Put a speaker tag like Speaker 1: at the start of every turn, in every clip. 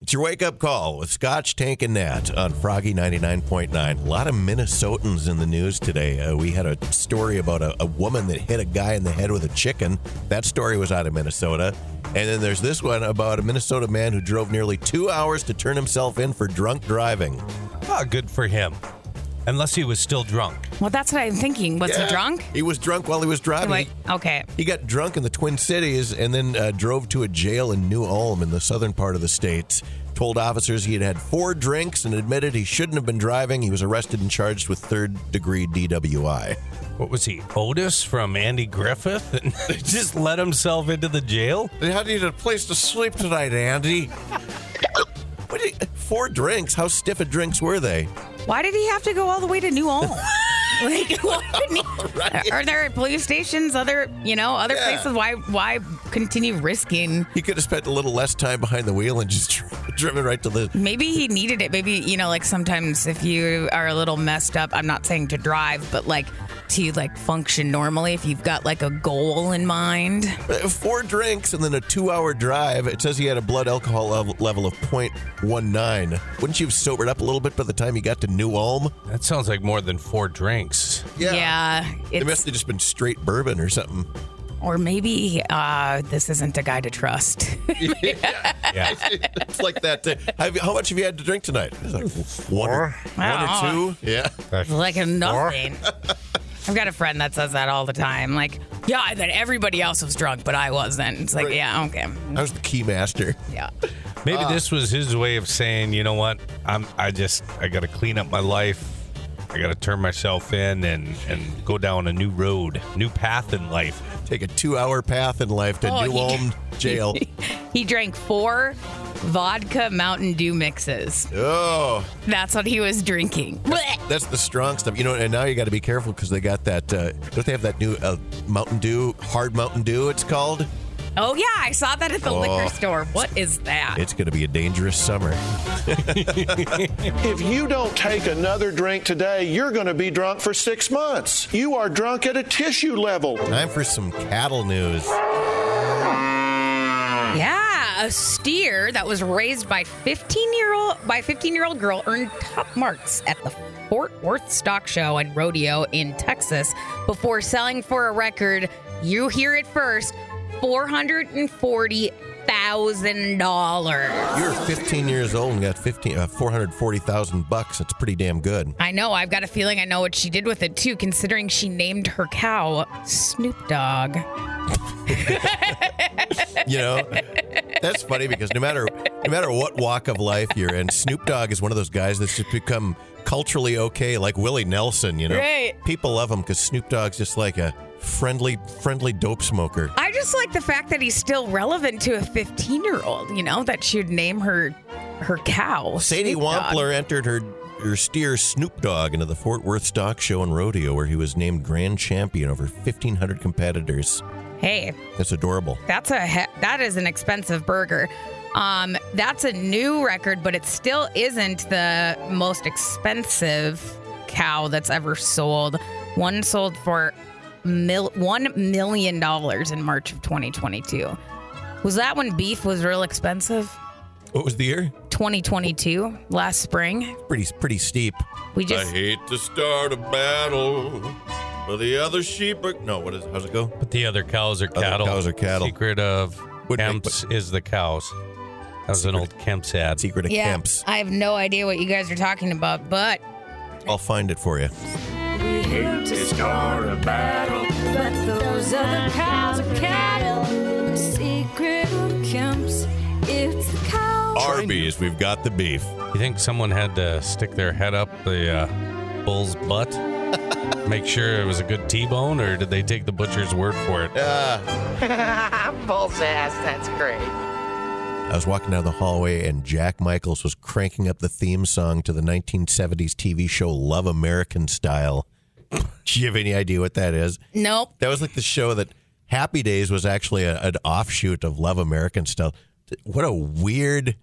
Speaker 1: It's your wake up call with Scotch, Tank, and Nat on Froggy 99.9. A lot of Minnesotans in the news today. Uh, we had a story about a, a woman that hit a guy in the head with a chicken. That story was out of Minnesota. And then there's this one about a Minnesota man who drove nearly two hours to turn himself in for drunk driving.
Speaker 2: Ah, good for him. Unless he was still drunk.
Speaker 3: Well, that's what I'm thinking. Was
Speaker 1: Yeah.
Speaker 3: he drunk?
Speaker 1: He was drunk while he was driving.
Speaker 3: Wait, okay.
Speaker 1: He got drunk in the Twin Cities and then uh, drove to a jail in New Ulm in the southern part of the state. Told officers he had had four drinks and admitted he shouldn't have been driving. He was arrested and charged with third degree DWI.
Speaker 2: What was he, Otis from Andy Griffith? And just let himself into the jail?
Speaker 1: I need a place to sleep tonight, Andy. What do you- four drinks? How stiff of drinks were they?
Speaker 3: Why did he have to go all the way to New Ulm? like, why didn't he- are there police stations? Other, you know, other
Speaker 1: Yeah.
Speaker 3: places? Why, why continue risking?
Speaker 1: He could have spent a little less time behind the wheel and just driven right to the.
Speaker 3: Maybe he needed it. Maybe you know, like sometimes if you are a little messed up, I'm not saying to drive, but like to like function normally. If you've got like a goal in mind,
Speaker 1: Uh, Four drinks and then a two hour drive. It says he had a blood alcohol level, level of 0.19. Wouldn't you have sobered up a little bit by the time you got to New Ulm?
Speaker 2: That sounds like more than four drinks.
Speaker 3: yeah,
Speaker 1: It
Speaker 3: it's,
Speaker 1: must have just been straight bourbon or something.
Speaker 3: or maybe uh, this isn't a guy to trust.
Speaker 2: Yeah.
Speaker 1: Ah. It's like that. uh, have you- how much have you had to drink tonight? It's like one or,
Speaker 3: Wow.
Speaker 1: one or two. Yeah.
Speaker 3: like nothing. I've got a friend that says that all the time. Like, yeah, I thought everybody else was drunk, but I wasn't. It's like,
Speaker 1: Right.
Speaker 3: yeah, okay,
Speaker 1: I was the key master.
Speaker 3: yeah.
Speaker 2: Maybe this was his way of saying, you know what? I'm I just I gotta clean up my life. I gotta turn myself in and and go down a new road, new path in life.
Speaker 1: Take a two hour path in life to
Speaker 3: Oh,
Speaker 1: New
Speaker 3: he-
Speaker 1: Ulm jail.
Speaker 3: He drank four vodka Mountain Dew mixes.
Speaker 1: oh,
Speaker 3: That's what he was drinking. Blech.
Speaker 1: that's the strong stuff. You know, and now you got to be careful because they got that. Uh, don't they have that new uh, Mountain Dew, hard Mountain Dew, it's called?
Speaker 3: Oh yeah, I saw that at the
Speaker 1: Oh.
Speaker 3: liquor store. What is that?
Speaker 1: It's going to be a dangerous summer.
Speaker 4: If you don't take another drink today, you're going to be drunk for six months. You are drunk at a tissue level.
Speaker 1: Time for some cattle news.
Speaker 3: yeah, a steer that was raised by 15-year-old by 15-year-old girl earned top marks at the Fort Worth Stock Show and Rodeo in Texas before selling for a record, you hear it first, $440,000.
Speaker 1: You're 15 years old and got 15 uh, 440,000 bucks. That's pretty damn good.
Speaker 3: I know. I've got a feeling I know what she did with it too, considering she named her cow Snoop Dogg.
Speaker 1: You know, that's funny because no matter no matter what walk of life you're in, Snoop Dogg is one of those guys that's just become culturally okay, like Willie Nelson. You know,
Speaker 3: Right.
Speaker 1: people love him because Snoop Dogg's just like a friendly friendly dope smoker.
Speaker 3: I just like the fact that he's still relevant to a 15 year old, you know, that she would name her her cow.
Speaker 1: Sadie
Speaker 3: Snoop Dogg.
Speaker 1: Wampler entered her her steer Snoop Dogg into the Fort Worth Stock Show and Rodeo, where he was named grand champion over 1,500 competitors.
Speaker 3: Hey,
Speaker 1: That's adorable.
Speaker 3: that's a he- that is an expensive burger. Um, that's a new record, but it still isn't the most expensive cow that's ever sold. One sold for mil- one million dollars in March of 2022. Was that when beef was real expensive?
Speaker 1: What was the year?
Speaker 3: 2022, last spring.
Speaker 1: Pretty pretty steep.
Speaker 3: We just
Speaker 1: hate to start a battle, but the other sheep are no. What is? How's it go?
Speaker 2: But the other cows are
Speaker 1: Other
Speaker 2: cattle.
Speaker 1: cows are cattle.
Speaker 2: Secret of
Speaker 1: Would make-
Speaker 2: Kemp's is the cows. That was an old Kemp's ad.
Speaker 1: Secret of Kemp's.
Speaker 3: I have no idea what you guys are talking about, but
Speaker 1: I'll find it for you.
Speaker 5: But those other cows are cattle. The secret comes. It's the cow.
Speaker 1: Arby's, we've got the beef.
Speaker 2: You think someone had to stick their head up the uh, bull's butt? Make sure it was a good T-bone, or did they take the butcher's word for it?
Speaker 6: Bull's ass, that's great.
Speaker 1: I was walking down the hallway and Jack Michaels was cranking up the theme song to the 1970s TV show Love American Style. Do you have any idea what that is?
Speaker 3: nope.
Speaker 1: That was like the show that Happy Days was actually a, an offshoot of Love American Style. What a weird,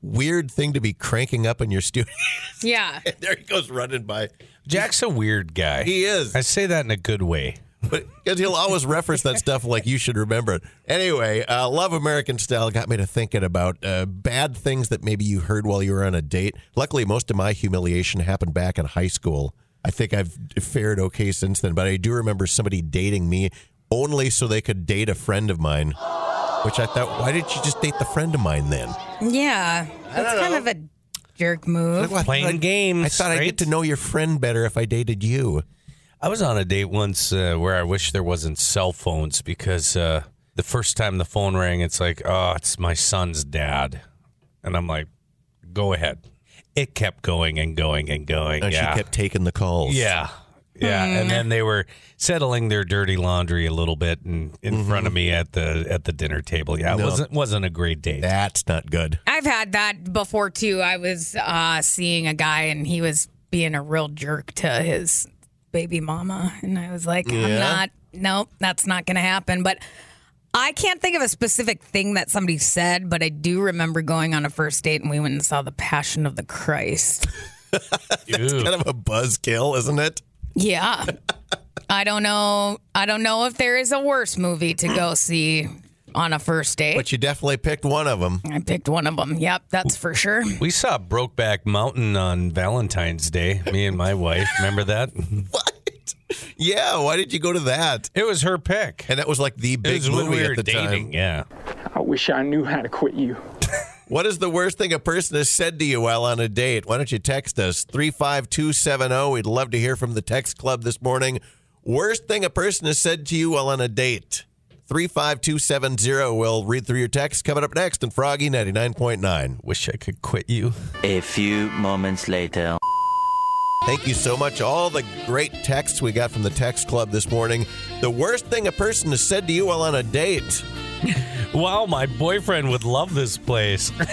Speaker 1: weird thing to be cranking up in your studio.
Speaker 3: Yeah.
Speaker 1: there he goes running by.
Speaker 2: Jack's a weird guy.
Speaker 1: He is.
Speaker 2: I say that in a good way.
Speaker 1: because he'll always reference that stuff like you should remember it. Anyway, uh, Love American Style got me to thinking about uh, bad things that maybe you heard while you were on a date. Luckily, most of my humiliation happened back in high school. I think I've fared okay since then, but I do remember somebody dating me only so they could date a friend of mine, which I thought, why didn't you just date the friend of mine then?
Speaker 3: Yeah, that's kind of a jerk move.
Speaker 1: Well, I thought
Speaker 2: Playing
Speaker 1: I'd-
Speaker 2: games,
Speaker 1: I thought I'd
Speaker 2: right?
Speaker 1: get to know your friend better if I dated you.
Speaker 2: I was on a date once uh, where I wish there wasn't cell phones because uh, the first time the phone rang, it's like, oh, it's my son's dad, and I'm like, go ahead. It kept going and going and going.
Speaker 1: And
Speaker 2: yeah.
Speaker 1: she kept taking the calls.
Speaker 2: Yeah. Yeah, and then they were settling their dirty laundry a little bit in, in front of me at the at the dinner table. Yeah, it
Speaker 1: Mm-hmm. No.
Speaker 2: wasn't wasn't a great date.
Speaker 1: That's not good.
Speaker 3: I've had that before too. I was uh, seeing a guy and he was being a real jerk to his baby mama, and I was like, I'm not. Nope, that's not going to happen. But I can't think of a specific thing that somebody said, but I do remember going on a first date and we went and saw The Passion of the Christ.
Speaker 2: Ooh.
Speaker 1: Kind of a buzzkill, isn't it?
Speaker 3: Yeah. I don't know. I don't know if there is a worse movie to go see on a first date.
Speaker 1: But you definitely picked one of them.
Speaker 3: I picked one of them. Yep, that's for sure.
Speaker 2: We saw Brokeback Mountain on Valentine's Day. Me and my wife. Remember that?
Speaker 1: What? Yeah, why did you go to that?
Speaker 2: It was her pick.
Speaker 1: And that was like the
Speaker 2: It
Speaker 1: big
Speaker 2: was
Speaker 1: movie
Speaker 2: when we were
Speaker 1: at the
Speaker 2: dating.
Speaker 1: time.
Speaker 2: Yeah.
Speaker 7: I wish I knew how to quit you.
Speaker 1: What is the worst thing a person has said to you while on a date? Why don't you text us 35270? oh. We'd love to hear from the text club this morning. Worst thing a person has said to you while on a date. 35270. oh. We'll read through your text coming up next in Froggy 99.9.
Speaker 2: Wish I could quit you.
Speaker 8: A few moments later.
Speaker 1: Thank you so much. All the great texts we got from the text club this morning. The worst thing a person has said to you while on a date.
Speaker 2: Wow, my boyfriend would love this place.
Speaker 1: Man,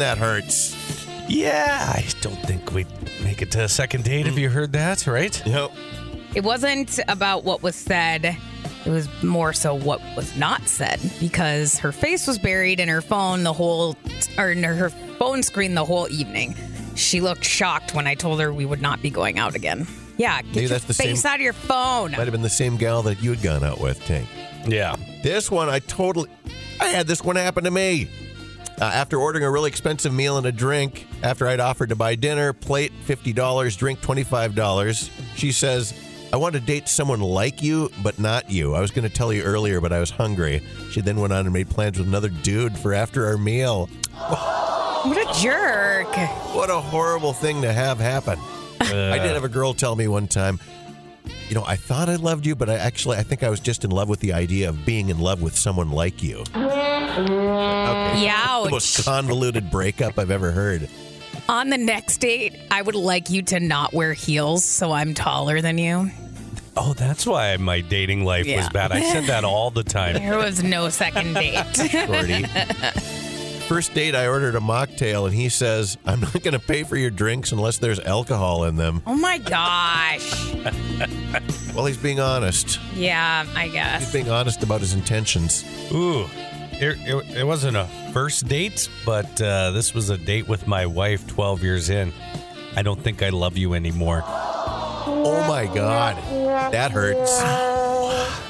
Speaker 1: that hurts.
Speaker 2: yeah, I don't think we'd make it to a second date if you heard that, right?
Speaker 1: Yep.
Speaker 3: It wasn't about what was said. It was more so what was not said because her face was buried in her phone the whole, or in her phone screen the whole evening. She looked shocked when I told her we would not be going out again. Yeah, get
Speaker 1: Maybe
Speaker 3: your
Speaker 1: that's the
Speaker 3: face
Speaker 1: same-
Speaker 3: out of your phone.
Speaker 1: Might have been the same gal that you had gone out with, Tank.
Speaker 2: Yeah.
Speaker 1: This one, I totally. I had this one happen to me. Uh, after ordering a really expensive meal and a drink, after I'd offered to buy dinner, plate $50, drink $25, she says, I want to date someone like you, but not you. I was going to tell you earlier, but I was hungry. She then went on and made plans with another dude for after our meal.
Speaker 3: What a jerk.
Speaker 1: What a horrible thing to have happen. I did have a girl tell me one time, you know, I thought I loved you, but I actually, I think I was just in love with the idea of being in love with someone like you. Okay.
Speaker 3: Youch.
Speaker 1: The most convoluted breakup I've ever heard.
Speaker 3: On the next date, I would like you to not wear heels so I'm taller than you.
Speaker 2: Oh, that's why my dating life was
Speaker 3: Yeah.
Speaker 2: bad. I said that all the time.
Speaker 3: There was no second date.
Speaker 1: Shorty. First date, I ordered a mocktail, and he says, I'm not going to pay for your drinks unless there's alcohol in them.
Speaker 3: oh my gosh.
Speaker 1: Well, he's being honest.
Speaker 3: Yeah, I
Speaker 1: He's
Speaker 3: guess.
Speaker 1: being honest about his intentions.
Speaker 2: Ooh, it, it, it wasn't a first date, but uh, this was a date with my wife 12 years in. I don't think I love you anymore.
Speaker 1: Oh my God. That hurts.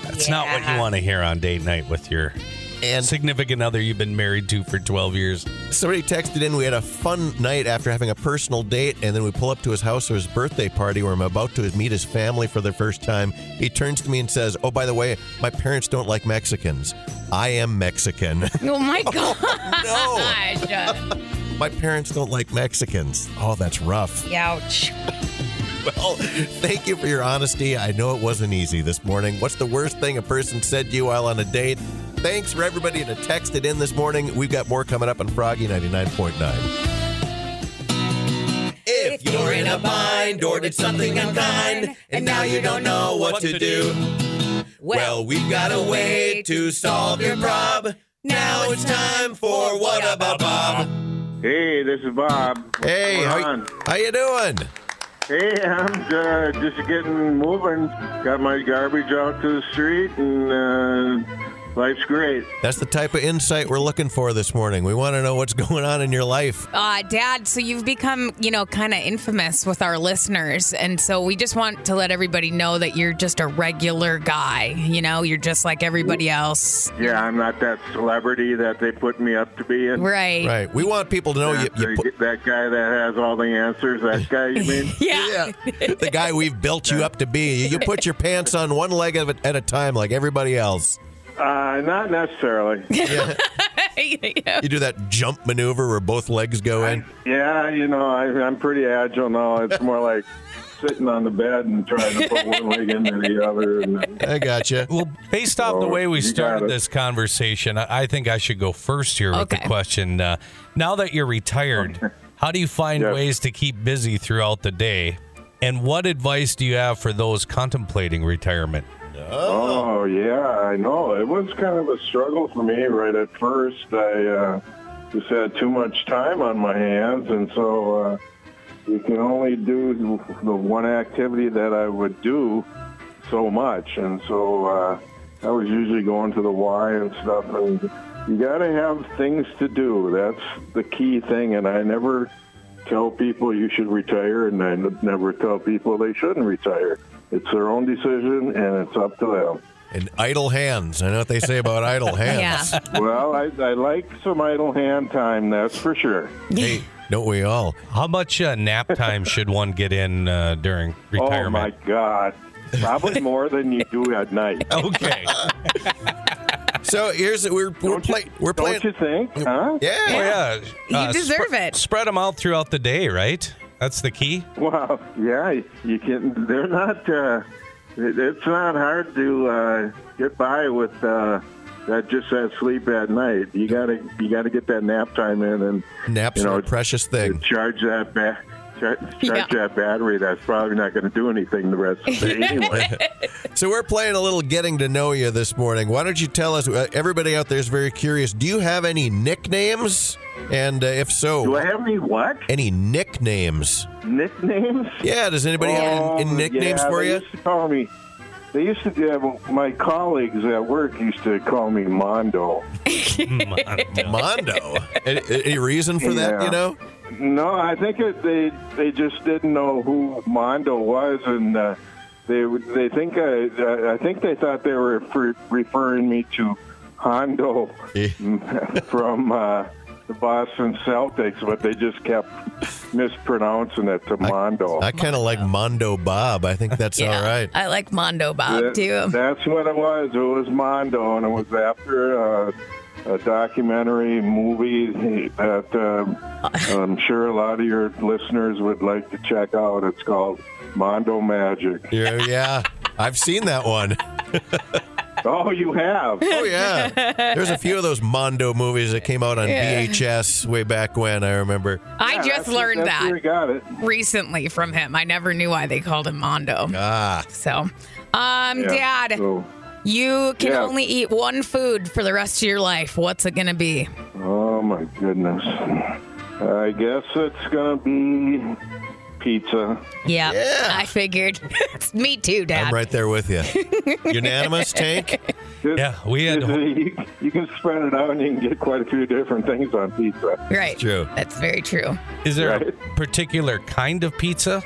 Speaker 2: That's not what you
Speaker 3: Yeah.
Speaker 2: want to hear on date night with your
Speaker 1: And
Speaker 2: significant other you've been married to for 12 years.
Speaker 1: Somebody texted in, we had a fun night after having a personal date, and then we pull up to his house for his birthday party where I'm about to meet his family for the first time. He turns to me and says, Oh, by the way, my parents don't like Mexicans. I am Mexican.
Speaker 3: Oh my gosh.
Speaker 1: no, my parents don't like Mexicans. Oh, that's rough.
Speaker 3: Ouch.
Speaker 1: Well, thank you for your honesty. I know it wasn't easy this morning. What's the worst thing a person said to you while on a date? Thanks for everybody that texted in this morning. We've got more coming up on Froggy 99.9. If you're in a bind or did something unkind and now you don't know what to do, well, we've got a way to solve your prob. Now it's time for What About Bob?
Speaker 9: Hey, this is Bob.
Speaker 1: Hey,
Speaker 9: What's going
Speaker 1: how,
Speaker 9: on?
Speaker 1: how you doing?
Speaker 9: Hey, I'm uh, just getting moving. Got my garbage out to the street and uh, Life's great.
Speaker 1: That's the type of insight we're looking for this morning. We want to know what's going on in your life.
Speaker 3: Uh, Dad, so you've become, you know, kind of infamous with our listeners. And so we just want to let everybody know that you're just a regular guy. You know, you're just like everybody else.
Speaker 9: Yeah, I'm not that celebrity that they put me up to be. And
Speaker 3: Right.
Speaker 1: Right. We want people to know you.
Speaker 9: They
Speaker 1: you put,
Speaker 9: get that guy that has all the answers. That guy, you mean?
Speaker 3: Yeah.
Speaker 1: yeah, the guy we've built you up to be. You put your pants on one leg of it at a time, like everybody else.
Speaker 9: Uh, not necessarily.
Speaker 1: You do that jump maneuver where both legs go in.
Speaker 9: yeah, you know, I, I'm pretty agile now. It's more like sitting on the bed and trying to put one leg into the other. And then,
Speaker 1: I gotcha.
Speaker 2: Well, based off the
Speaker 9: Oh,
Speaker 2: way we
Speaker 9: you got
Speaker 2: started
Speaker 9: it.
Speaker 2: this conversation, I I think I should go first here with
Speaker 3: Okay.
Speaker 2: the question. Uh, now that you're retired, how do you find
Speaker 9: Yes.
Speaker 2: ways to keep busy throughout the day? And what advice do you have for those contemplating retirement?
Speaker 9: oh, yeah, I know. It was kind of a struggle for me right at first. I uh, just had too much time on my hands, and so uh, you can only do the one activity that I would do so much, and so uh, I was usually going to the Y and stuff. And you got to have things to do. That's the key thing, and I never tell people you should retire, and I n- never tell people they shouldn't retire. It's their own decision, and it's up to them.
Speaker 1: And idle hands. I know what they say about idle
Speaker 3: Yeah.
Speaker 1: hands.
Speaker 9: well, I, I like some idle hand time, that's for sure.
Speaker 1: Hey, don't we all?
Speaker 2: How much uh, nap time should one get in uh, during retirement?
Speaker 9: Oh my God, probably more than you do at night.
Speaker 2: Okay.
Speaker 1: So here's we're we're,
Speaker 9: Don't you-
Speaker 1: play, we're playing.
Speaker 9: Don't you think? Huh?
Speaker 2: Oh,
Speaker 1: Yeah.
Speaker 2: yeah.
Speaker 3: You deserve it.
Speaker 2: Spread them out throughout the day, right? That's the key.
Speaker 9: Well, yeah, you can. They're not. Uh, it- it's not hard to uh, get by with uh, that. Just that sleep at night. You gotta. You gotta get that nap time in and
Speaker 1: Naps
Speaker 9: You know,
Speaker 1: are a precious
Speaker 9: to
Speaker 1: thing.
Speaker 9: charge that ba- char- charge
Speaker 3: Yeah.
Speaker 9: that battery. That's probably not going to do anything the rest of the day anyway.
Speaker 1: So we're playing a little getting to know you this morning. Why don't you tell us? uh, Everybody out there is very curious. Do you have any nicknames? And uh, if
Speaker 9: do I
Speaker 1: so,
Speaker 9: have any what
Speaker 1: any nicknames?
Speaker 9: nicknames?
Speaker 1: Yeah. Does anybody have any, any
Speaker 9: Um,
Speaker 1: nicknames
Speaker 9: yeah,
Speaker 1: for
Speaker 9: they
Speaker 1: you?
Speaker 9: Used to call me. They used to. Yeah, well, my colleagues at work used to call me Mondo.
Speaker 2: Mm,
Speaker 1: Mondo. any, any reason for that?
Speaker 9: Yeah.
Speaker 1: You know.
Speaker 9: No, I think it, they they just didn't know who Mondo was, and uh, they they think I I think they thought they were refer- referring me to Hondo from uh, the Boston Celtics, but they just kept mispronouncing it to Mondo.
Speaker 1: I kind of like Mondo Bob. I think that's all right.
Speaker 3: I like Mondo Bob
Speaker 9: That-
Speaker 3: too.
Speaker 9: That's what it was. It was Mondo, and it was after uh, a documentary movie that um, I'm sure a lot of your listeners would like to check out. It's called Mondo Magic.
Speaker 1: Yeah, yeah. I've seen that one.
Speaker 9: Oh, you have?
Speaker 1: Oh yeah. There's a few of those Mondo movies that came out on
Speaker 3: Yeah.
Speaker 1: VHS way back when. I remember.
Speaker 3: I
Speaker 9: Yeah, that's-
Speaker 3: just learned
Speaker 9: that's
Speaker 3: that
Speaker 9: Where you got it.
Speaker 3: recently from him. I never knew why they called him Mondo.
Speaker 1: Ah,
Speaker 3: So, um,
Speaker 9: Yeah,
Speaker 3: Dad,
Speaker 9: so-
Speaker 3: you can
Speaker 9: Yeah.
Speaker 3: only eat one food for the rest of your life. What's it going to be?
Speaker 9: oh my goodness. I guess it's gonna be pizza.
Speaker 3: Yeah.
Speaker 1: Yeah.
Speaker 3: I figured. Me too, Dad.
Speaker 1: I'm right there with you. Unanimous tank.
Speaker 9: Just-
Speaker 2: Yeah, we had-
Speaker 9: you, you can spread it out and you can get quite a few different things on pizza.
Speaker 3: Right.
Speaker 1: True.
Speaker 3: That's very true.
Speaker 2: Is there a
Speaker 9: Right.
Speaker 2: particular kind of pizza?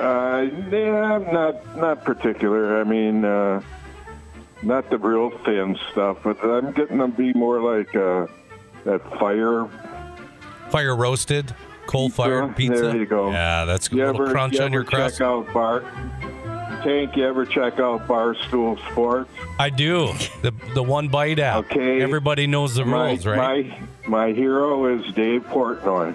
Speaker 9: Uh, yeah, not not particular. I mean, uh, not the real thin stuff, but I'm getting to be more like uh, that fire.
Speaker 2: Fire roasted, coal fired
Speaker 9: Pizza.
Speaker 2: pizza.
Speaker 9: There you go.
Speaker 2: Yeah, that's a
Speaker 9: You
Speaker 2: little
Speaker 9: ever,
Speaker 2: crunch
Speaker 9: you
Speaker 2: on
Speaker 9: ever
Speaker 2: your crust.
Speaker 9: check out bar? Tank, you ever check out Barstool Sports?
Speaker 2: I do the the one bite out.
Speaker 9: Okay.
Speaker 2: Everybody knows the
Speaker 9: my,
Speaker 2: rules, right?
Speaker 9: My my hero is Dave Portnoy.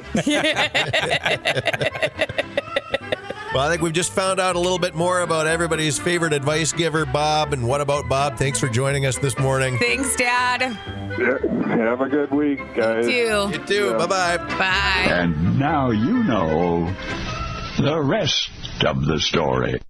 Speaker 1: Well, I think we've just found out a little bit more about everybody's favorite advice giver, Bob. And what about Bob? Thanks for joining us this morning.
Speaker 3: Thanks, Dad.
Speaker 9: Have a good week, guys.
Speaker 3: Too.
Speaker 1: You too. Bye bye.
Speaker 3: Bye.
Speaker 10: And now you know the rest of the story.